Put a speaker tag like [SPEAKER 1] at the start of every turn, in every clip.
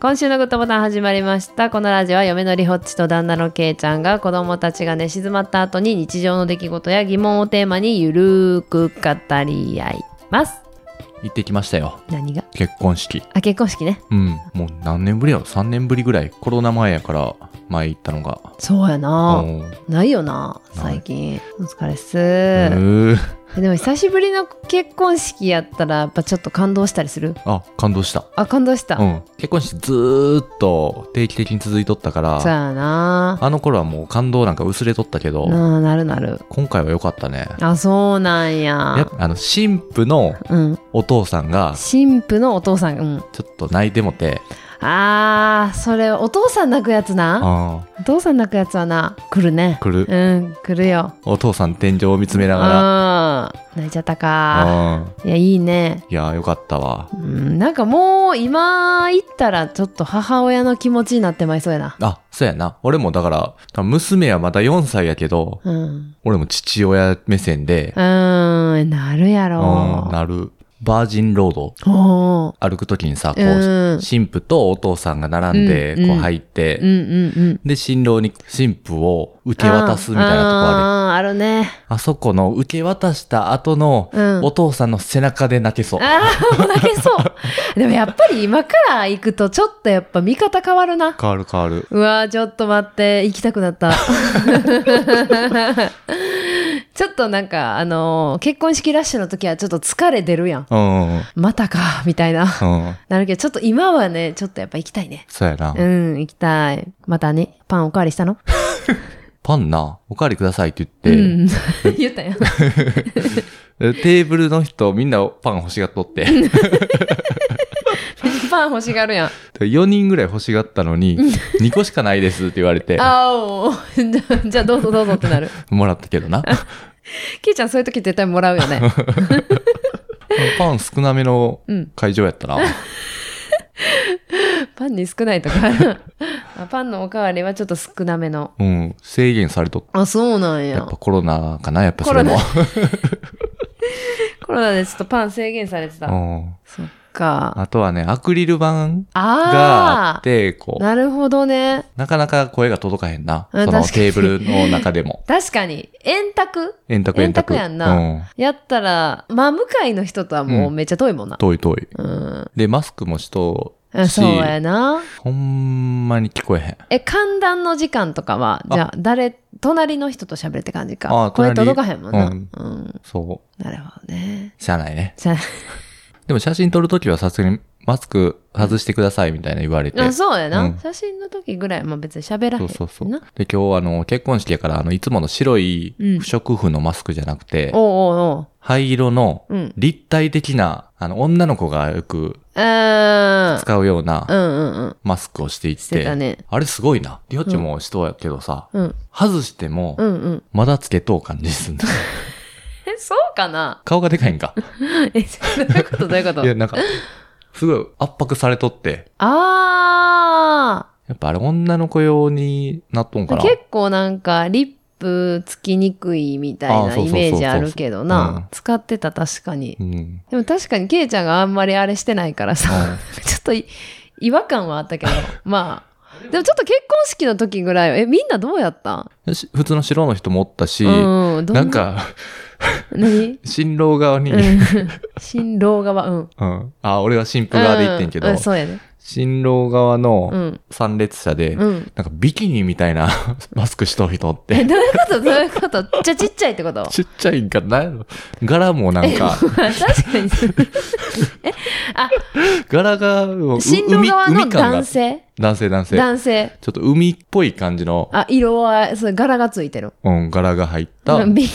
[SPEAKER 1] 今週のグッドボタン始まりましたこのラジオは嫁のりほっちと旦那のけいちゃんが子供たちが寝静まった後に日常の出来事や疑問をテーマにゆるーく語り合います
[SPEAKER 2] 行ってきましたよ
[SPEAKER 1] 何が
[SPEAKER 2] 結婚式
[SPEAKER 1] あ結婚式ね
[SPEAKER 2] うんもう何年ぶりやろ3年ぶりぐらいコロナ前やから前行ったのが
[SPEAKER 1] そうやな
[SPEAKER 2] もう
[SPEAKER 1] ないよな最近お疲れっす
[SPEAKER 2] うー
[SPEAKER 1] でも久しぶりの結婚式やったらやっぱちょっと感動したりする
[SPEAKER 2] あ感動した
[SPEAKER 1] あ感動した、
[SPEAKER 2] うん結婚式ずーっと定期的に続いとったか
[SPEAKER 1] そう
[SPEAKER 2] ら
[SPEAKER 1] やな
[SPEAKER 2] あの頃はもう感動なんか薄れとったけど、
[SPEAKER 1] ななるなる
[SPEAKER 2] 今回は良かったね
[SPEAKER 1] あそうなんや
[SPEAKER 2] やっぱあの新婦の
[SPEAKER 1] うん
[SPEAKER 2] お父さんが
[SPEAKER 1] 新婦のお父さんうん
[SPEAKER 2] ちょっと泣いてもて
[SPEAKER 1] あーそれお父さん泣くやつな
[SPEAKER 2] あ
[SPEAKER 1] お父さん泣くやつはな来るね
[SPEAKER 2] ー来る、
[SPEAKER 1] うん来るよ
[SPEAKER 2] お父さん天井を見つめながら
[SPEAKER 1] うん泣いちゃったか
[SPEAKER 2] あ
[SPEAKER 1] いやいいね
[SPEAKER 2] いやーよかったわ
[SPEAKER 1] うんなんかもう今行ったらちょっと母親の気持ちになってまいそうやな
[SPEAKER 2] あそうやな俺もだから多分娘はまだ4歳やけど
[SPEAKER 1] うん
[SPEAKER 2] 俺も父親目線で
[SPEAKER 1] う、ーんなるやろ
[SPEAKER 2] うんなる。バージンロード
[SPEAKER 1] おー
[SPEAKER 2] 歩くときにさ、こう、
[SPEAKER 1] うん
[SPEAKER 2] 神父とお父さんが並んで、
[SPEAKER 1] うん
[SPEAKER 2] こう
[SPEAKER 1] うん
[SPEAKER 2] 入って、
[SPEAKER 1] うんうんうん
[SPEAKER 2] で、新郎に神父を受け渡すみたいなと
[SPEAKER 1] あ
[SPEAKER 2] こある。
[SPEAKER 1] ーあーあるね
[SPEAKER 2] あそこの受け渡した後の、
[SPEAKER 1] うん
[SPEAKER 2] お父さんの背中で泣けそう。
[SPEAKER 1] ああ、もう 泣けそう。でもやっぱり今から行くとちょっとやっぱ見方変わるな。
[SPEAKER 2] 変わる変わる。
[SPEAKER 1] うわーちょっと待って、行きたくなった。 ちょっとなんか、あのー結婚式ラッシュの時はちょっと疲れ出るやん。
[SPEAKER 2] うん。うん。
[SPEAKER 1] またか、みたいな。
[SPEAKER 2] うん
[SPEAKER 1] なるけど、ちょっと今はね、ちょっとやっぱ行きたいね。
[SPEAKER 2] そうやな
[SPEAKER 1] う。ん、行きたい。またね、パンおかわりしたの
[SPEAKER 2] パンな、おかわりくださいって
[SPEAKER 1] う
[SPEAKER 2] 言って、
[SPEAKER 1] ん。 言ったよ。
[SPEAKER 2] でテーブルの人みんなパン欲しがっとって、
[SPEAKER 1] パン欲しがるやん。
[SPEAKER 2] 4人ぐらい欲しがったのに、2個しかないですって言われて、
[SPEAKER 1] あおー じゃあじゃあどうぞどうぞってなる。
[SPEAKER 2] もらったけどな。
[SPEAKER 1] キイちゃんそういう時絶対もらうよ ね。
[SPEAKER 2] パン少なめの
[SPEAKER 1] うん
[SPEAKER 2] 会場やったな。
[SPEAKER 1] パンに少ないとかあるあパンのおかわりはちょっと少なめの
[SPEAKER 2] うん、制限されとっ
[SPEAKER 1] あそうなん
[SPEAKER 2] た。
[SPEAKER 1] や
[SPEAKER 2] やっぱコロナかな、やっぱそれも。
[SPEAKER 1] コロナでちょっとパン制限されてた、
[SPEAKER 2] うん、
[SPEAKER 1] そっか
[SPEAKER 2] あとはね、アクリル板があ
[SPEAKER 1] あ
[SPEAKER 2] って、こ
[SPEAKER 1] あ
[SPEAKER 2] う、
[SPEAKER 1] なるほどね
[SPEAKER 2] なかなか声が届かへんな。
[SPEAKER 1] うん
[SPEAKER 2] その
[SPEAKER 1] 確かに。
[SPEAKER 2] テーブルの中でも
[SPEAKER 1] 確かに円卓
[SPEAKER 2] 円卓
[SPEAKER 1] 円
[SPEAKER 2] 円
[SPEAKER 1] 卓
[SPEAKER 2] 卓。
[SPEAKER 1] やんな
[SPEAKER 2] うん、
[SPEAKER 1] やったら真向かいの人とはもうめっちゃ遠いもんな、
[SPEAKER 2] 遠い遠い。
[SPEAKER 1] うん
[SPEAKER 2] で、マスクもしと
[SPEAKER 1] あ
[SPEAKER 2] うし
[SPEAKER 1] そう、やな
[SPEAKER 2] ほんまに聞こえへん。
[SPEAKER 1] え寒暖の時間とかはじゃあ誰隣の人と喋るって感じか
[SPEAKER 2] あ
[SPEAKER 1] 声
[SPEAKER 2] 隣
[SPEAKER 1] 届かへんもんな、う
[SPEAKER 2] うんんそ
[SPEAKER 1] なるほどね
[SPEAKER 2] う、しゃあないね。
[SPEAKER 1] じゃ
[SPEAKER 2] でも写真撮るときはさすがにマスク外してくださいみたいな言われて。
[SPEAKER 1] ああそうやな、
[SPEAKER 2] うん
[SPEAKER 1] 写真の時ぐらいはまあ別に喋らへん
[SPEAKER 2] そ
[SPEAKER 1] し
[SPEAKER 2] う
[SPEAKER 1] な
[SPEAKER 2] そうそう。で、今日、あの、結婚式やから、あの、いつもの白い
[SPEAKER 1] うん
[SPEAKER 2] 不織布のマスクじゃなくて、
[SPEAKER 1] おうおうおう
[SPEAKER 2] 灰色の
[SPEAKER 1] うん。
[SPEAKER 2] 立体的な、あの、女の子がよく
[SPEAKER 1] あー
[SPEAKER 2] 使うような
[SPEAKER 1] うんうんうん。
[SPEAKER 2] マスクをしていて、
[SPEAKER 1] してたね。
[SPEAKER 2] あれすごいな。りょっちも人やけどさ、
[SPEAKER 1] うん。
[SPEAKER 2] 外しても
[SPEAKER 1] う、んうん。
[SPEAKER 2] まだつけとう感じ すんだ。
[SPEAKER 1] え、そうかな
[SPEAKER 2] 顔がでかいんか。
[SPEAKER 1] え、どういうことどういうこと
[SPEAKER 2] いや、なんか、すごい圧迫されとって、
[SPEAKER 1] あ
[SPEAKER 2] やっぱあれ女の子用になっとんか
[SPEAKER 1] ー
[SPEAKER 2] な。
[SPEAKER 1] 結構なんか、リップつきにくいみたい
[SPEAKER 2] あー
[SPEAKER 1] な
[SPEAKER 2] そうそうそう
[SPEAKER 1] イ
[SPEAKER 2] そう
[SPEAKER 1] メージあるけど
[SPEAKER 2] う。
[SPEAKER 1] なん使ってた確かに
[SPEAKER 2] う。ん。
[SPEAKER 1] でも確かにケイちゃんがあんまりあれしてないからさ、 ちょっとい違和感はあったけど、 まあ。でもちょっと結婚式の時ぐらい、え、みんなどうやったん
[SPEAKER 2] うんし普通の白の人もおったし、
[SPEAKER 1] うん、ど
[SPEAKER 2] なん、か、
[SPEAKER 1] 何
[SPEAKER 2] 新郎側に、
[SPEAKER 1] う
[SPEAKER 2] うん、
[SPEAKER 1] ん。新郎側、うん。
[SPEAKER 2] あ、俺は新婦側で行ってんけど、
[SPEAKER 1] ううそうやね。
[SPEAKER 2] 新郎側
[SPEAKER 1] う
[SPEAKER 2] の
[SPEAKER 1] ん。
[SPEAKER 2] 参列者で、
[SPEAKER 1] うん。
[SPEAKER 2] なんかビキニみたいな マスクしとる人っ
[SPEAKER 1] え、
[SPEAKER 2] て、
[SPEAKER 1] どういうことどういうことじゃあちっちゃいってこと
[SPEAKER 2] ちっちゃいんか、なんやろ柄もな ん か、
[SPEAKER 1] 確かに。
[SPEAKER 2] 柄が、もうう
[SPEAKER 1] 新郎側
[SPEAKER 2] 海
[SPEAKER 1] の
[SPEAKER 2] 海感が
[SPEAKER 1] 男性
[SPEAKER 2] 男性、男性。
[SPEAKER 1] 男性。
[SPEAKER 2] ちょっと海っぽい感じの、
[SPEAKER 1] あ、色は、それ柄がついてる。
[SPEAKER 2] うん、柄が入った
[SPEAKER 1] うん びケ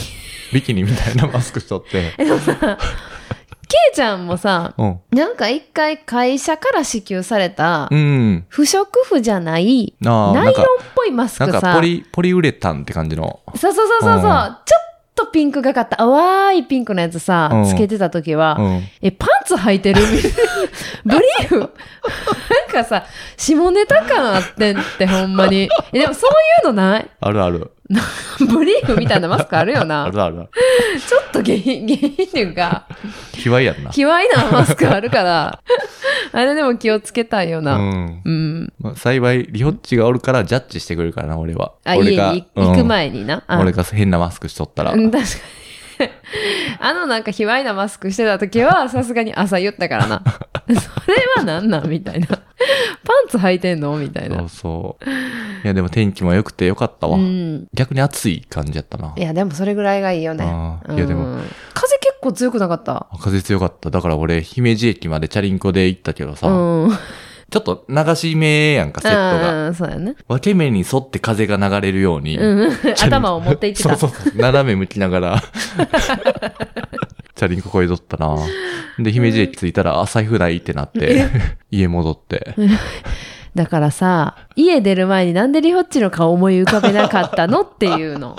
[SPEAKER 2] ビキニみたいなマスクし とって、
[SPEAKER 1] イちゃんもさ、
[SPEAKER 2] うん。
[SPEAKER 1] なんか一回会社から支給された
[SPEAKER 2] う、ん。
[SPEAKER 1] 不織布じゃない、
[SPEAKER 2] ああ、
[SPEAKER 1] ナイ
[SPEAKER 2] な
[SPEAKER 1] ロン
[SPEAKER 2] ん
[SPEAKER 1] っ
[SPEAKER 2] か、
[SPEAKER 1] ぽいマス
[SPEAKER 2] な
[SPEAKER 1] ク
[SPEAKER 2] んか
[SPEAKER 1] さ
[SPEAKER 2] ポ。リ、ポリウレタンって感じの。
[SPEAKER 1] そうそうそうそうそう。ち
[SPEAKER 2] う
[SPEAKER 1] ょ
[SPEAKER 2] ん
[SPEAKER 1] っとピンクがかった淡いピンクのやつさ
[SPEAKER 2] うん
[SPEAKER 1] つけてた時は、
[SPEAKER 2] うん。
[SPEAKER 1] えパンツ履いてる ブリーフ なんかさ下ネタ感あってんってほんまにえでもそういうのない
[SPEAKER 2] あるある。
[SPEAKER 1] ブリーフみたいなマスクあるよ
[SPEAKER 2] あ
[SPEAKER 1] な。
[SPEAKER 2] るある。
[SPEAKER 1] ちょっと下品、下品っていうか、
[SPEAKER 2] 卑猥やんな。
[SPEAKER 1] 卑猥なマスクあるから、あれでも気をつけたいよ
[SPEAKER 2] う
[SPEAKER 1] な。
[SPEAKER 2] ん。
[SPEAKER 1] うん。
[SPEAKER 2] まあ、幸い、リホッチがおるからジャッジしてくれるからな、俺は。
[SPEAKER 1] あ、
[SPEAKER 2] 俺
[SPEAKER 1] 家
[SPEAKER 2] が
[SPEAKER 1] に行く
[SPEAKER 2] に。
[SPEAKER 1] 前にな。あ
[SPEAKER 2] 俺が変なマスクしとったら。
[SPEAKER 1] うん、確かに。 あのなんか卑猥なマスクしてた時はさすがに朝言ったから な。それはなんなんみたいな。パンツ履いてんのみたい
[SPEAKER 2] そ
[SPEAKER 1] な
[SPEAKER 2] う。そう。いや、でも天気も良くて良かったわ
[SPEAKER 1] う。ん。
[SPEAKER 2] 逆に暑い感じやったな。
[SPEAKER 1] いや、でもそれぐらいがいいよね。
[SPEAKER 2] あー
[SPEAKER 1] うん
[SPEAKER 2] いやでも
[SPEAKER 1] 風結構強くなかった。
[SPEAKER 2] 風強かった。だから俺、姫路駅までチャリンコで行ったけどさ、
[SPEAKER 1] うん。
[SPEAKER 2] ちょっと流し目やんか、セットが。
[SPEAKER 1] うん、そうやね。
[SPEAKER 2] 分け目に沿って風が流れるように。
[SPEAKER 1] うん。
[SPEAKER 2] チャリンコ
[SPEAKER 1] 頭を持っていってた。
[SPEAKER 2] そうそうそう。斜め向きながら。 チャリンコこいどったな。で、姫路駅着いたら、あ、財布ないってなって、家戻って。
[SPEAKER 1] だからさ、家出る前になんでリホッチの顔思い浮かべなかったのっていうの。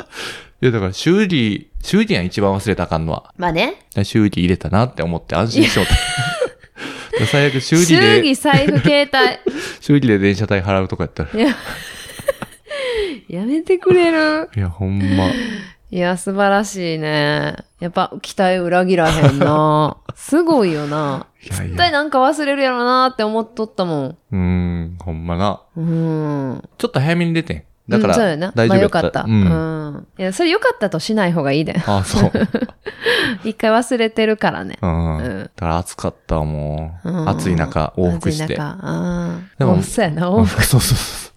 [SPEAKER 2] いや、だから修理、修理やん一番忘れたらあかんのは。
[SPEAKER 1] まあね。
[SPEAKER 2] 修理入れたなって思って安心しようと。だから 最悪修理
[SPEAKER 1] 祝
[SPEAKER 2] で、
[SPEAKER 1] 儀、財布、携
[SPEAKER 2] 修理で電車代払うとかやったら。
[SPEAKER 1] 帯。いや、やめてくれる。
[SPEAKER 2] いや、ほんま。
[SPEAKER 1] いや、素晴らしいね。やっぱ、期待裏切らへん な。すごいよな。
[SPEAKER 2] いやい
[SPEAKER 1] 絶
[SPEAKER 2] や
[SPEAKER 1] 対。なんか忘れるやろなって思っとったも
[SPEAKER 2] うーん、ほんまな。
[SPEAKER 1] ん。うん。
[SPEAKER 2] ちょっと早めに出てん。だか
[SPEAKER 1] うんそう
[SPEAKER 2] ら、
[SPEAKER 1] やな
[SPEAKER 2] 大
[SPEAKER 1] ま
[SPEAKER 2] 丈夫やっ。
[SPEAKER 1] あ、よかったた、
[SPEAKER 2] うん。
[SPEAKER 1] うんいやそれよかったとしない方がいいで
[SPEAKER 2] あ、そう。
[SPEAKER 1] 一回忘れてるからね
[SPEAKER 2] うん。
[SPEAKER 1] うん
[SPEAKER 2] だから暑かったわもう、
[SPEAKER 1] うん
[SPEAKER 2] 暑い中、往復して。
[SPEAKER 1] 暑い中あー
[SPEAKER 2] でも
[SPEAKER 1] もうそうやな
[SPEAKER 2] う
[SPEAKER 1] 往
[SPEAKER 2] ん
[SPEAKER 1] 復
[SPEAKER 2] そうそうそ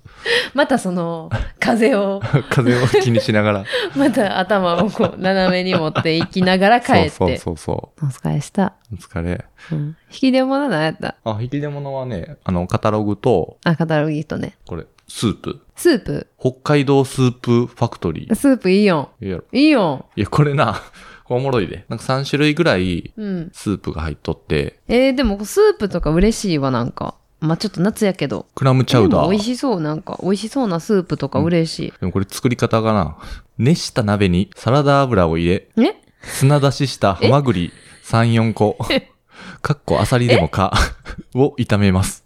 [SPEAKER 1] またその風を
[SPEAKER 2] う。風を気にしながら。
[SPEAKER 1] また頭をこう斜めに持っていきながら 帰って
[SPEAKER 2] そうそうそうそ
[SPEAKER 1] お疲れした、
[SPEAKER 2] う。お疲れ。
[SPEAKER 1] うん、引き出物なんやった
[SPEAKER 2] あ、引き出物はね、あの、カタログと、
[SPEAKER 1] あカタログギフトね
[SPEAKER 2] これ、スープ。
[SPEAKER 1] スープ
[SPEAKER 2] 北海道スープファクトリー。
[SPEAKER 1] スープいいよ
[SPEAKER 2] いいやろ。
[SPEAKER 1] いいよ
[SPEAKER 2] いや、これな、 これおもろいで。なんか3種類ぐらい、
[SPEAKER 1] うん
[SPEAKER 2] スープが入っとって、
[SPEAKER 1] えー、でもスープとか嬉しいわなんかまあちょっと夏やけど
[SPEAKER 2] クラムチャウ
[SPEAKER 1] で
[SPEAKER 2] ダ
[SPEAKER 1] も
[SPEAKER 2] ー。
[SPEAKER 1] 美味しそうなんか美味しそうなスープとか嬉しい、
[SPEAKER 2] でもこれ作り方がな、熱した鍋にサラダ油を入れ、
[SPEAKER 1] え
[SPEAKER 2] 砂出ししたハマグリ3、4個、 かっこアサリでもか、 を炒めます。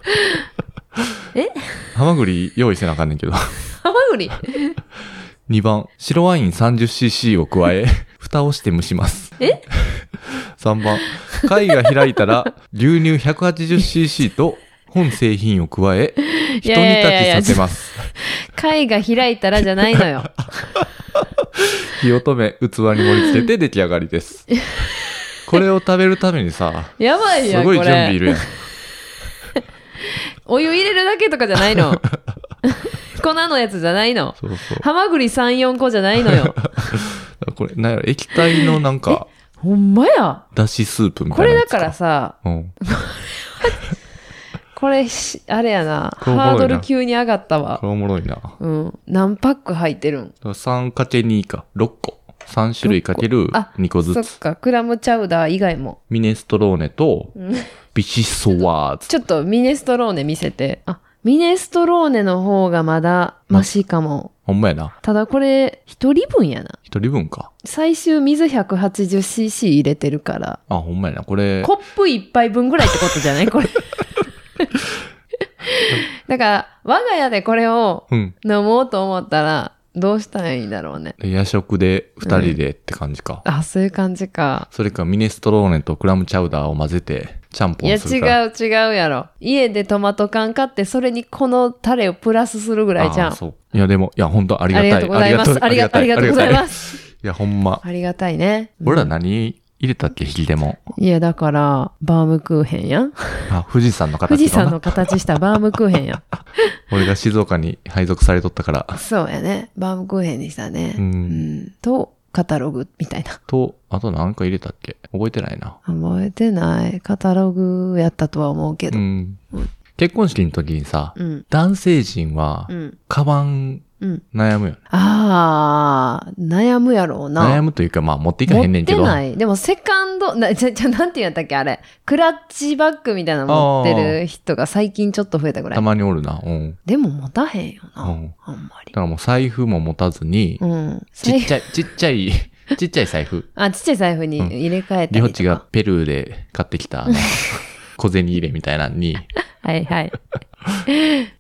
[SPEAKER 1] え
[SPEAKER 2] ハマグリ用意せなあかんねんけど。
[SPEAKER 1] ハマグリ
[SPEAKER 2] 2番、白ワイン 30cc を加え、蓋をして蒸します。
[SPEAKER 1] え
[SPEAKER 2] ?3 番、貝が開い たら、牛乳 180cc と本製品を加え、
[SPEAKER 1] い
[SPEAKER 2] 一
[SPEAKER 1] やいやいやいや
[SPEAKER 2] 煮立ちさせます。
[SPEAKER 1] 貝が開いたらじゃないのよ。
[SPEAKER 2] 火を止め、器に盛り付けて出来上がりです。これを食べるためにさ、
[SPEAKER 1] やばい
[SPEAKER 2] す
[SPEAKER 1] やん、こ
[SPEAKER 2] ごい準備い
[SPEAKER 1] れ。
[SPEAKER 2] るやん。
[SPEAKER 1] お湯入れるだけとかじゃない の。粉のやつじゃないの。
[SPEAKER 2] そうそう。
[SPEAKER 1] ハマグリ3、4個じゃないの よ。
[SPEAKER 2] これ、なんやろ、液体のなんか、
[SPEAKER 1] ほんまや。
[SPEAKER 2] だしスープみた
[SPEAKER 1] こ
[SPEAKER 2] いな
[SPEAKER 1] れ
[SPEAKER 2] や
[SPEAKER 1] だ
[SPEAKER 2] つ
[SPEAKER 1] からさ、
[SPEAKER 2] うん。
[SPEAKER 1] これし、あれやな、
[SPEAKER 2] これおもろい
[SPEAKER 1] ハ
[SPEAKER 2] な
[SPEAKER 1] ードル急に上がった
[SPEAKER 2] こ
[SPEAKER 1] わ。
[SPEAKER 2] れおもろいな。だか
[SPEAKER 1] うん。何パック入ってるん
[SPEAKER 2] ら 3×2 か、6個。3種類かける
[SPEAKER 1] あ
[SPEAKER 2] 2個ず
[SPEAKER 1] そ
[SPEAKER 2] つ。
[SPEAKER 1] っか、クラムチャウダー以外も。
[SPEAKER 2] ミネストローネと、ビシソワーズ。
[SPEAKER 1] ちょっとミネストローネ見せて。あ、ミネストローネの方がまだマシかも。
[SPEAKER 2] ほんまやな。
[SPEAKER 1] ただこれ、一人分やな。
[SPEAKER 2] 一人分か。
[SPEAKER 1] 最終水 180cc 入れてるから。
[SPEAKER 2] あ、ほんまやな。これ、
[SPEAKER 1] コップ一杯分ぐらいってことじゃない これ。だから、我が家でこれを
[SPEAKER 2] うん。
[SPEAKER 1] 飲もうと思ったら、どうしたらいいんだろうね。
[SPEAKER 2] で夜食で2人でって感じか。
[SPEAKER 1] あ、そういう感じか。
[SPEAKER 2] それかミネストローネとクラムチャウダーを混ぜて、ちゃんぽ
[SPEAKER 1] いや、
[SPEAKER 2] ん
[SPEAKER 1] 違
[SPEAKER 2] するから。
[SPEAKER 1] う違うやろ。家でトマト缶買って、それにこのタレをプラスするぐらいじゃ
[SPEAKER 2] あー
[SPEAKER 1] ん。
[SPEAKER 2] そう。いや、でも、いや、本当あり
[SPEAKER 1] あ
[SPEAKER 2] がた
[SPEAKER 1] り
[SPEAKER 2] い。
[SPEAKER 1] がとうございます。ありがとう、ありがとうござい
[SPEAKER 2] す。
[SPEAKER 1] ます。
[SPEAKER 2] いや、ほんま。
[SPEAKER 1] ありがたいね。
[SPEAKER 2] 俺ら何入れたっけ引き出も。
[SPEAKER 1] いや、だから、バームクーヘンやん。
[SPEAKER 2] あ、富士山の形
[SPEAKER 1] 富士
[SPEAKER 2] か
[SPEAKER 1] 山
[SPEAKER 2] な。
[SPEAKER 1] の形したバームクーヘンやん。
[SPEAKER 2] 俺が静岡に配属されとったから。
[SPEAKER 1] そうやね。バームクーヘンでしたね。
[SPEAKER 2] うん
[SPEAKER 1] んと、カタログみたいな。
[SPEAKER 2] と、あと何か入れたっけ覚えてないな。
[SPEAKER 1] 覚えてない。カタログやったとは思うけ
[SPEAKER 2] う
[SPEAKER 1] ど。
[SPEAKER 2] ん。結婚式の時にさ、
[SPEAKER 1] うん。
[SPEAKER 2] 男性陣は
[SPEAKER 1] う、ん。
[SPEAKER 2] カバン
[SPEAKER 1] うん。
[SPEAKER 2] 悩むよね。
[SPEAKER 1] ああ、悩むやろうな。
[SPEAKER 2] 悩むというか、まあ持っていか
[SPEAKER 1] 持
[SPEAKER 2] へん
[SPEAKER 1] っ
[SPEAKER 2] ねんけ
[SPEAKER 1] て
[SPEAKER 2] ど。
[SPEAKER 1] ない。でも、セカンド、な、じゃ、じゃ、なんて言うんやったっけあれ。クラッチバッグみたいなの持ってる人が最近ちょっと増えたぐら
[SPEAKER 2] た
[SPEAKER 1] い。
[SPEAKER 2] まにおるな。うん。
[SPEAKER 1] でも、持たへんよな。
[SPEAKER 2] うん
[SPEAKER 1] あんまり
[SPEAKER 2] だ。からもう財布も持たずに、
[SPEAKER 1] うん。
[SPEAKER 2] ち
[SPEAKER 1] 財
[SPEAKER 2] っ
[SPEAKER 1] 布
[SPEAKER 2] ちゃい、ちっちゃい、ちっちゃい財布。
[SPEAKER 1] あ、ちっちゃい財布に
[SPEAKER 2] うん
[SPEAKER 1] 入れ替えたりとか。
[SPEAKER 2] りほっちがペルーで買ってきた、あの小銭入れみたいなのに、
[SPEAKER 1] はいはい。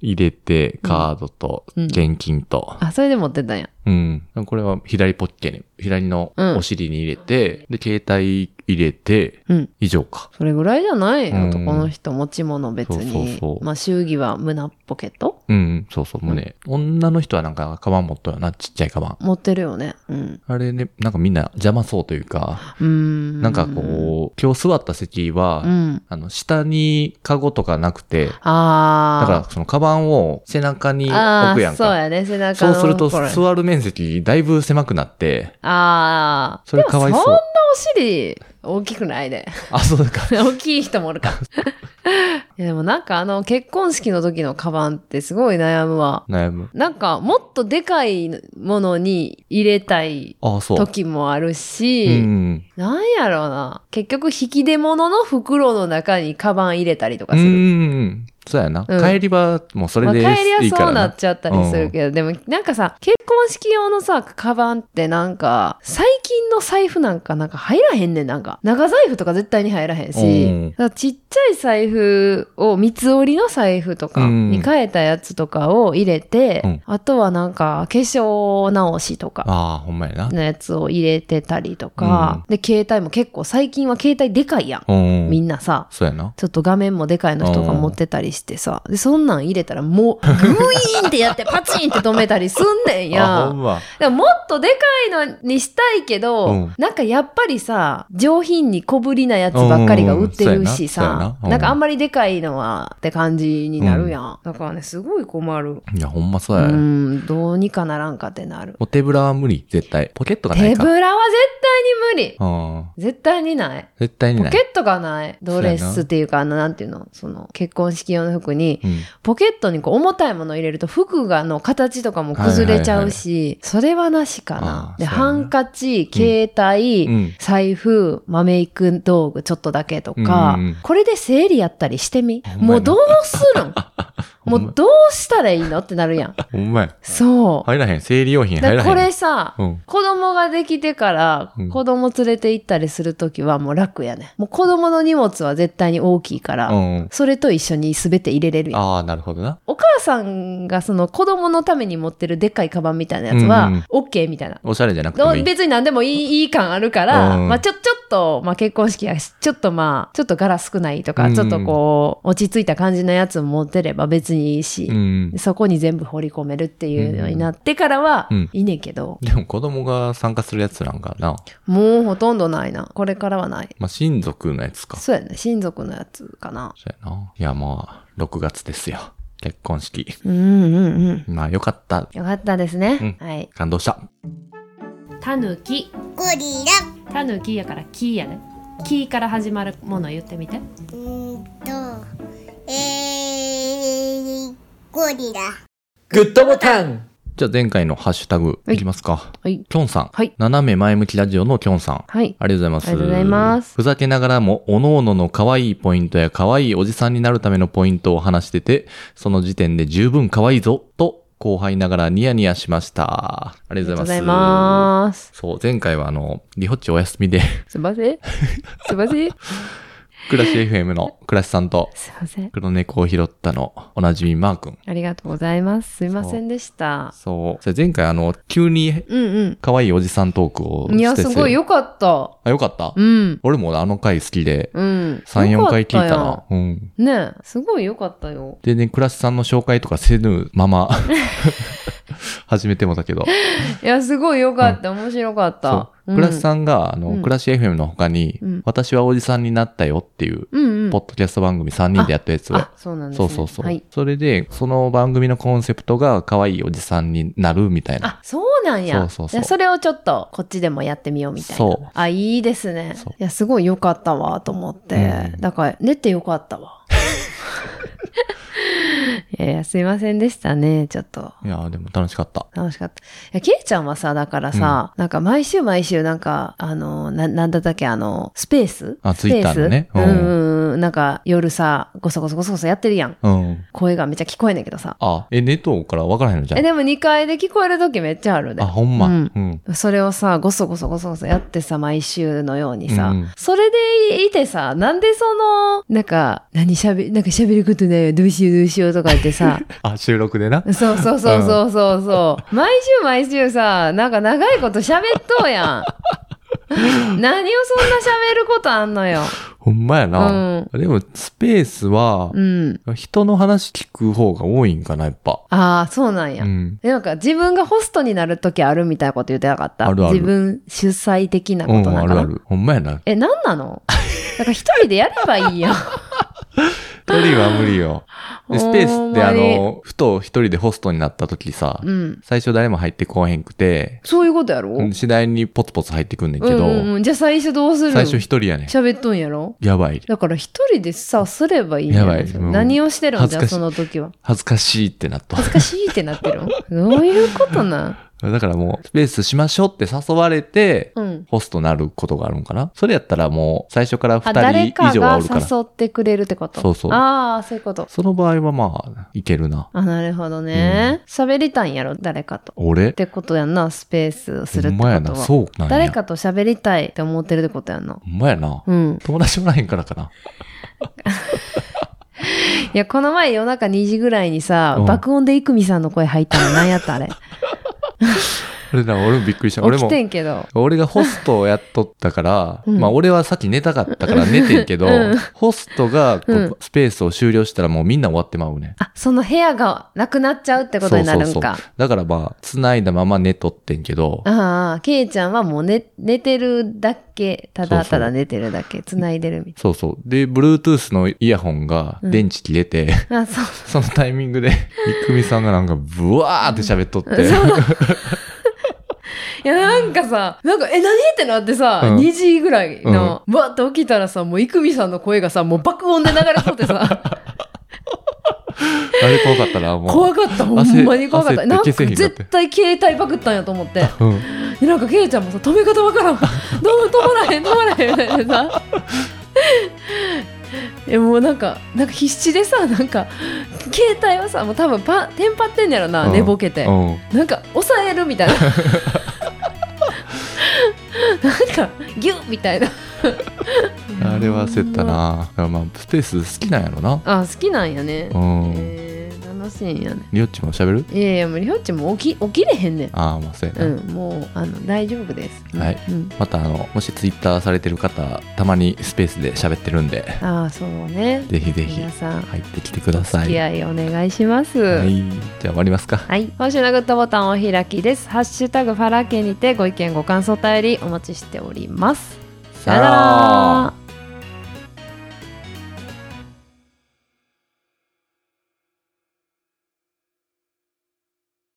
[SPEAKER 2] 入れて、カードと、
[SPEAKER 1] うん
[SPEAKER 2] 現金と、
[SPEAKER 1] あ、それで持ってたんや。
[SPEAKER 2] うん。これは左ポッケに、左のお尻に入れて、で、携帯入れて、
[SPEAKER 1] うん。
[SPEAKER 2] 以上か。
[SPEAKER 1] それぐらいじゃない
[SPEAKER 2] うん
[SPEAKER 1] 男の人持ち物別に。
[SPEAKER 2] そうそうそう
[SPEAKER 1] まあ、祝儀は胸ポケット
[SPEAKER 2] うん、そうそう、胸。女の人はなんか、カバン持っとるよな、ちっちゃいカバン。
[SPEAKER 1] 持ってるよね。うん。
[SPEAKER 2] あれね、なんかみんな邪魔そうというか、
[SPEAKER 1] うーん。
[SPEAKER 2] なんかこう、今日座った席は、
[SPEAKER 1] うん。
[SPEAKER 2] あの、下にカゴとかなくて、だから
[SPEAKER 1] あ
[SPEAKER 2] そのカバンを背中に
[SPEAKER 1] ー。
[SPEAKER 2] 置
[SPEAKER 1] あ
[SPEAKER 2] く
[SPEAKER 1] あ
[SPEAKER 2] やん
[SPEAKER 1] ー、そう
[SPEAKER 2] か。
[SPEAKER 1] やね。背中
[SPEAKER 2] そう
[SPEAKER 1] の
[SPEAKER 2] すると、
[SPEAKER 1] これ
[SPEAKER 2] 座る面積だいぶ狭くなって、
[SPEAKER 1] ああ。
[SPEAKER 2] それかわいそ
[SPEAKER 1] でも
[SPEAKER 2] う
[SPEAKER 1] そんなお尻大きくないで。
[SPEAKER 2] あ、そうか。
[SPEAKER 1] 大きい人もおる か。いやでもなんかあの結婚式の時のカバンってすごい悩むわ。
[SPEAKER 2] 悩む。
[SPEAKER 1] なんかもっとでかいものに入れたい
[SPEAKER 2] あ、そう。
[SPEAKER 1] 時もある
[SPEAKER 2] う
[SPEAKER 1] し、
[SPEAKER 2] ん。
[SPEAKER 1] なんやろうな。結局引き出物の袋の中にカバン入れたりとか
[SPEAKER 2] う
[SPEAKER 1] する。
[SPEAKER 2] ん。そうやな。
[SPEAKER 1] うん
[SPEAKER 2] 帰りは、もうそれ
[SPEAKER 1] まあ、帰
[SPEAKER 2] で
[SPEAKER 1] り
[SPEAKER 2] いい
[SPEAKER 1] は
[SPEAKER 2] か
[SPEAKER 1] そ
[SPEAKER 2] ら
[SPEAKER 1] うな
[SPEAKER 2] な
[SPEAKER 1] っ。ちゃったりするけど、でもなんかさ、結婚式用のさ、カバンってなんか、最近の財布なんかなんか入らへんねん、なんか。長財布とか絶対に入らへん
[SPEAKER 2] うん
[SPEAKER 1] し、だからちっちゃい財布を三つ折りの財布とか
[SPEAKER 2] うん
[SPEAKER 1] に変えたやつとかを入れて、
[SPEAKER 2] うん
[SPEAKER 1] あとはなんか化粧直しとか。
[SPEAKER 2] ああ、ほんまやな。
[SPEAKER 1] のやつを入れてたりとか、で携帯も結構最近は携帯でかいやん、
[SPEAKER 2] うん。
[SPEAKER 1] みんなさ
[SPEAKER 2] そうやな。
[SPEAKER 1] ちょっと画面もでかいの人が持ってたりしてさ、で、そんなん入れたらもう、グイーンってやってパチンって止めたりすんねん
[SPEAKER 2] あ、
[SPEAKER 1] や
[SPEAKER 2] ほ。んま。
[SPEAKER 1] でももっとでかいのにしたいけど、
[SPEAKER 2] うん
[SPEAKER 1] なんかやっぱりさ、上品に小ぶりなやつばっかりが売ってるし
[SPEAKER 2] うんうんうんそうやな
[SPEAKER 1] さ
[SPEAKER 2] そうやな、うん
[SPEAKER 1] なんかあんまりでかいのはって感じになるやん。だからね、すごい困る。
[SPEAKER 2] いや、ほんまそう
[SPEAKER 1] う
[SPEAKER 2] やね。
[SPEAKER 1] ん、どうにかならんかってなる。
[SPEAKER 2] お手ぶらは無理、絶対。ポケットがない
[SPEAKER 1] 手
[SPEAKER 2] か。
[SPEAKER 1] ぶらは絶対に無理。
[SPEAKER 2] うん。
[SPEAKER 1] 絶対にない。
[SPEAKER 2] 絶対に
[SPEAKER 1] ポ
[SPEAKER 2] ない。
[SPEAKER 1] ケットがない。ドレ
[SPEAKER 2] そうや
[SPEAKER 1] ス
[SPEAKER 2] な
[SPEAKER 1] っていうか、あの、なんていうのその、結婚式用の服に、
[SPEAKER 2] うん。
[SPEAKER 1] ポケットにこう重たいものを入れると服がの形とかも崩れちゃうし、それはなしかな
[SPEAKER 2] あ。ー
[SPEAKER 1] で、
[SPEAKER 2] そうやな
[SPEAKER 1] ハンカチ、携帯、
[SPEAKER 2] うん
[SPEAKER 1] 財布、まメイク道具ちょっとだけとか、
[SPEAKER 2] うんうんうん
[SPEAKER 1] これで整理やったりしてみ
[SPEAKER 2] ほん。まやな
[SPEAKER 1] もうどうするんも
[SPEAKER 2] ほんま
[SPEAKER 1] うどうしたらいいのってなるやん。
[SPEAKER 2] ほんまや。
[SPEAKER 1] そう。
[SPEAKER 2] 入らへん。生理用品入
[SPEAKER 1] で
[SPEAKER 2] らへん。
[SPEAKER 1] これさ、
[SPEAKER 2] うん。
[SPEAKER 1] 子供ができてから
[SPEAKER 2] うん
[SPEAKER 1] 子供連れて行ったりするときはもう楽やね。もう子供の荷物は絶対に大きいから、
[SPEAKER 2] うんうん。
[SPEAKER 1] それと一緒に全て入れれるやん
[SPEAKER 2] ああ、なるほどな。
[SPEAKER 1] お母さんがその子供のために持ってるでっかいカバンみたいなやつ
[SPEAKER 2] うんうん
[SPEAKER 1] は、OK みたいな。
[SPEAKER 2] おしゃれじゃなくて
[SPEAKER 1] ど
[SPEAKER 2] も
[SPEAKER 1] う
[SPEAKER 2] いい。
[SPEAKER 1] 別に何でもいいいい感あるから、
[SPEAKER 2] うん
[SPEAKER 1] まあちょ、ちょっと、まあ結婚式やし、ちょっとまあ、ちょっと柄少ないとか、
[SPEAKER 2] うん
[SPEAKER 1] ちょっとこう、落ち着いた感じのやつも持ってれば別にいいし、
[SPEAKER 2] うん。
[SPEAKER 1] そこに全部放り込めるっていうようになってからは
[SPEAKER 2] うん、
[SPEAKER 1] いいねんけど、
[SPEAKER 2] でも子供が参加するやつなんかな。
[SPEAKER 1] もうほとんどないな。これからはない。
[SPEAKER 2] まあ、親族のやつか。そ
[SPEAKER 1] そうやね。親族のやつかな。
[SPEAKER 2] うやな。いや、まあ、6月ですよ。結婚式。
[SPEAKER 1] うんうんうん。
[SPEAKER 2] まあ、よかった。
[SPEAKER 1] よかったですね。
[SPEAKER 2] う
[SPEAKER 1] はい。
[SPEAKER 2] 感動した。
[SPEAKER 1] たぬき。
[SPEAKER 3] ゴリラ。
[SPEAKER 1] タヌキやからキーやねキーから始まるもの言ってみて
[SPEAKER 3] うーんと、えー、ゴリラ。
[SPEAKER 4] グッドボタン
[SPEAKER 2] じゃあ前回のハッシュタグいきますか。
[SPEAKER 1] はい
[SPEAKER 2] きょんさん。
[SPEAKER 1] はい
[SPEAKER 2] 斜め前向きラジオのきょんさん。
[SPEAKER 1] はい
[SPEAKER 2] ありがとうございます。
[SPEAKER 1] ありがとうございます
[SPEAKER 2] ふざけながらも、おのおのの可愛いポイントや可愛いおじさんになるためのポイントを話してて、その時点で十分可愛いぞ、と、後輩ながらニヤニヤしました。あり
[SPEAKER 1] あ
[SPEAKER 2] がとうございま
[SPEAKER 1] す
[SPEAKER 2] す。そう、前回はあの、リホッチお休みで、
[SPEAKER 1] すいませんすいません
[SPEAKER 2] 暮らし FM の暮らしさんと、
[SPEAKER 1] すいません
[SPEAKER 2] 黒猫を拾ったの、おなじみマー君。
[SPEAKER 1] ありがとうございますすいませんでした
[SPEAKER 2] そう。それ前回あの、急に
[SPEAKER 1] うん
[SPEAKER 2] 可愛いおじさんトーク
[SPEAKER 1] う
[SPEAKER 2] をして
[SPEAKER 1] ん
[SPEAKER 2] て
[SPEAKER 1] いやすごいよかった
[SPEAKER 2] あ、よかった
[SPEAKER 1] うん
[SPEAKER 2] 俺もあの回好きで、
[SPEAKER 1] うん
[SPEAKER 2] 3、4回聞いた
[SPEAKER 1] よかっ
[SPEAKER 2] な。うん。
[SPEAKER 1] たよねえすごいよかったよ
[SPEAKER 2] 全然、倉しさんの紹介とかせぬ まま、始めてもだけど。
[SPEAKER 1] いやすごいよかった、面白かった
[SPEAKER 2] そう。倉し
[SPEAKER 1] ん
[SPEAKER 2] さんが、あ
[SPEAKER 1] う
[SPEAKER 2] の、
[SPEAKER 1] ん
[SPEAKER 2] 倉し FM の他に
[SPEAKER 1] うん、
[SPEAKER 2] 私はおじさんになったよっていう、
[SPEAKER 1] うんうん
[SPEAKER 2] ポッドキャスト番組3人でやったやつを。
[SPEAKER 1] あそうなんです
[SPEAKER 2] そ
[SPEAKER 1] ね
[SPEAKER 2] うそうそ
[SPEAKER 1] はい、
[SPEAKER 2] う。それで、その番組のコンセプトが、可愛いおじさんになるみたいな。
[SPEAKER 1] あそうなんや
[SPEAKER 2] そうそうそう
[SPEAKER 1] いやそれをちょっとこっちでもやってみようみたいな
[SPEAKER 2] そう
[SPEAKER 1] あいいですね
[SPEAKER 2] そう
[SPEAKER 1] いやすごい良かったわと思って、
[SPEAKER 2] うん
[SPEAKER 1] だから寝てよかった わいやいやすいませんでしたねちょっと
[SPEAKER 2] いやーでも楽しかった。
[SPEAKER 1] 楽しかったいやケイちゃんはさだからさ、なんか毎週毎週なんかあのななんだったっけあのスペース
[SPEAKER 2] あ Twitter のね
[SPEAKER 1] スペース
[SPEAKER 2] う
[SPEAKER 1] うんんうんうんなんか夜さ、ごそごそごそごそやってるやん。
[SPEAKER 2] うん。
[SPEAKER 1] 声がめっちゃ聞こえんねんけどさ。
[SPEAKER 2] あ、え、寝とうから分からへんのじゃ
[SPEAKER 1] え、
[SPEAKER 2] ん。
[SPEAKER 1] でも2階で聞こえる時めっちゃあるで
[SPEAKER 2] あ、。ほんま。
[SPEAKER 1] う
[SPEAKER 2] うんん。
[SPEAKER 1] それをさ、ごそごそごそごそやってさ、毎週のようにさ、
[SPEAKER 2] うん
[SPEAKER 1] それでいてさ、なんでその、なんか、何喋り、なんか喋ることないよ、どうしようどうしようとか言って さ、
[SPEAKER 2] あ、収録でな。
[SPEAKER 1] そうそうそうそうそうそう。毎週毎週さ、なんか長いこと喋っとう やん。何をそんな喋ることあんのよ。
[SPEAKER 2] ほんまやな。
[SPEAKER 1] う
[SPEAKER 2] でも、スペースは、
[SPEAKER 1] うん。
[SPEAKER 2] 人の話聞く方が多いんかな、やっぱ。
[SPEAKER 1] ああ、そうなんや。
[SPEAKER 2] うん。
[SPEAKER 1] でなんか自分がホストになる時あるみたいなこと言ってなかった。
[SPEAKER 2] あるある
[SPEAKER 1] 自分主催的なこ
[SPEAKER 2] う
[SPEAKER 1] と
[SPEAKER 2] ん、
[SPEAKER 1] な
[SPEAKER 2] あ
[SPEAKER 1] んか
[SPEAKER 2] る
[SPEAKER 1] な。
[SPEAKER 2] ある。ほんまやな。
[SPEAKER 1] え、なんなの なんか一人でやればいいやん。
[SPEAKER 2] 一人は無 理よ。でスペ
[SPEAKER 1] ほ
[SPEAKER 2] ース
[SPEAKER 1] ん
[SPEAKER 2] って、
[SPEAKER 1] ま
[SPEAKER 2] あ
[SPEAKER 1] に
[SPEAKER 2] の、ふと一人でホストになった時さ、
[SPEAKER 1] うん。
[SPEAKER 2] 最初誰も入ってこうへんくて、
[SPEAKER 1] そういうことやろ、うん、
[SPEAKER 2] 次第にポツポツ入ってくんねんけ
[SPEAKER 1] う
[SPEAKER 2] ど、
[SPEAKER 1] んうん。じゃあ最初どうする
[SPEAKER 2] 最初一人やねん。
[SPEAKER 1] 喋っとんやろ
[SPEAKER 2] やばい。
[SPEAKER 1] だから一人でさ、すればいいやん
[SPEAKER 2] やばいうん
[SPEAKER 1] 何をしてるんじゃあ
[SPEAKER 2] 恥ずかしい
[SPEAKER 1] その時は。
[SPEAKER 2] 恥ずかしいってなった
[SPEAKER 1] 恥。ずかしいってなってるん どういうことなん
[SPEAKER 2] だからもう、スペースしましょうって誘われて、
[SPEAKER 1] うん。
[SPEAKER 2] ホストなることがあるんかなそれやったらもう、最初から
[SPEAKER 1] あ、
[SPEAKER 2] 二
[SPEAKER 1] 誰
[SPEAKER 2] 人以
[SPEAKER 1] か
[SPEAKER 2] 上は
[SPEAKER 1] が
[SPEAKER 2] おるから。
[SPEAKER 1] 誘ってくれるってこと
[SPEAKER 2] そうそう
[SPEAKER 1] ああ、そういうこと。
[SPEAKER 2] その場合はまあ、いけるな。
[SPEAKER 1] あ、なるほどね。喋、りたいんやろ誰かと。っ
[SPEAKER 2] 俺
[SPEAKER 1] てことやんな、スペースするって
[SPEAKER 2] ほん
[SPEAKER 1] こと
[SPEAKER 2] ま
[SPEAKER 1] は。
[SPEAKER 2] やな。そうなんや。
[SPEAKER 1] 誰かと喋りたいって思ってるってことやんな。
[SPEAKER 2] ほんまやな。
[SPEAKER 1] うん。
[SPEAKER 2] 友達もらへんからかな。
[SPEAKER 1] いや、この前夜中2時ぐらいにさ、
[SPEAKER 2] うん
[SPEAKER 1] 爆音でイクミさんの声入ったの何やった あれ。
[SPEAKER 2] 俺な、俺もびっくりした。俺
[SPEAKER 1] 起き
[SPEAKER 2] も。
[SPEAKER 1] てんけど。
[SPEAKER 2] 俺がホストをやっとったから、
[SPEAKER 1] うん
[SPEAKER 2] まあ俺はさっき寝たかったから寝てんけど、
[SPEAKER 1] うん
[SPEAKER 2] ホストがこう
[SPEAKER 1] うん
[SPEAKER 2] スペースを終了したらもうみんな終わってまうね。
[SPEAKER 1] あ、その部屋がなくなっちゃうってことになるんか。
[SPEAKER 2] そうそうそうだからまあ、繋いだまま寝とってんけど、
[SPEAKER 1] ああ、ケイちゃんはもう寝、寝てるだけ、ただ
[SPEAKER 2] そうそう
[SPEAKER 1] ただ寝てるだけ、繋いでるみ
[SPEAKER 2] そうそう。で、Bluetooth のイヤホンが電池切れて、
[SPEAKER 1] たいな。あ、そう。
[SPEAKER 2] そのタイミングで、みくみさんがなんか、ブワーって喋っとって、
[SPEAKER 1] いや、なんかさ、なんか、え、何ってなってさ、
[SPEAKER 2] うん
[SPEAKER 1] 2時ぐらいの、わって起きたらさ、もうイクミさんの声がさ、もう爆音で流れとってさ、
[SPEAKER 2] あれ怖かった な、もう。
[SPEAKER 1] 怖かった、ほんまに怖かった。
[SPEAKER 2] 汗
[SPEAKER 1] なんか
[SPEAKER 2] 汗って消せへんかって
[SPEAKER 1] 絶対携帯パクったんやと思って。
[SPEAKER 2] うん、
[SPEAKER 1] でなんかケイちゃんもさ止め方わからん どうも止まらへん止まらへんみたいなさ えもうなんかなんか必死でさなんか携帯はさもう多分パテンパってんやろな、
[SPEAKER 2] うん
[SPEAKER 1] 寝ぼけて、
[SPEAKER 2] うん。
[SPEAKER 1] なんか抑えるみたいな なんかギュッみたいな
[SPEAKER 2] あれは焦ったな。だからまあ、スペース好きなんやろな。
[SPEAKER 1] あ好きなんやね
[SPEAKER 2] う、ん。
[SPEAKER 1] えー、楽しいんやね
[SPEAKER 2] りょっちも喋る
[SPEAKER 1] いやいやもうりょっちも起き起きれへんねん
[SPEAKER 2] ああ、まあ、そうや
[SPEAKER 1] う
[SPEAKER 2] な。
[SPEAKER 1] んもうあの大丈夫です、
[SPEAKER 2] はい
[SPEAKER 1] うん、
[SPEAKER 2] また、あの、もしツイッターされてる方、たまにスペースで喋ってるんで、
[SPEAKER 1] ああそうね
[SPEAKER 2] ぜひぜひ
[SPEAKER 1] 皆さん
[SPEAKER 2] 入ってきてくだ
[SPEAKER 1] お
[SPEAKER 2] さ
[SPEAKER 1] 付き
[SPEAKER 2] い。
[SPEAKER 1] 合いお願いします。
[SPEAKER 2] は
[SPEAKER 1] はいい。
[SPEAKER 2] じゃあ終わりますか。
[SPEAKER 1] 今週のグッドボタンお開きです。ハッシュタグファラ家にてご意見ご感想お便りお待ちしております。さよなら。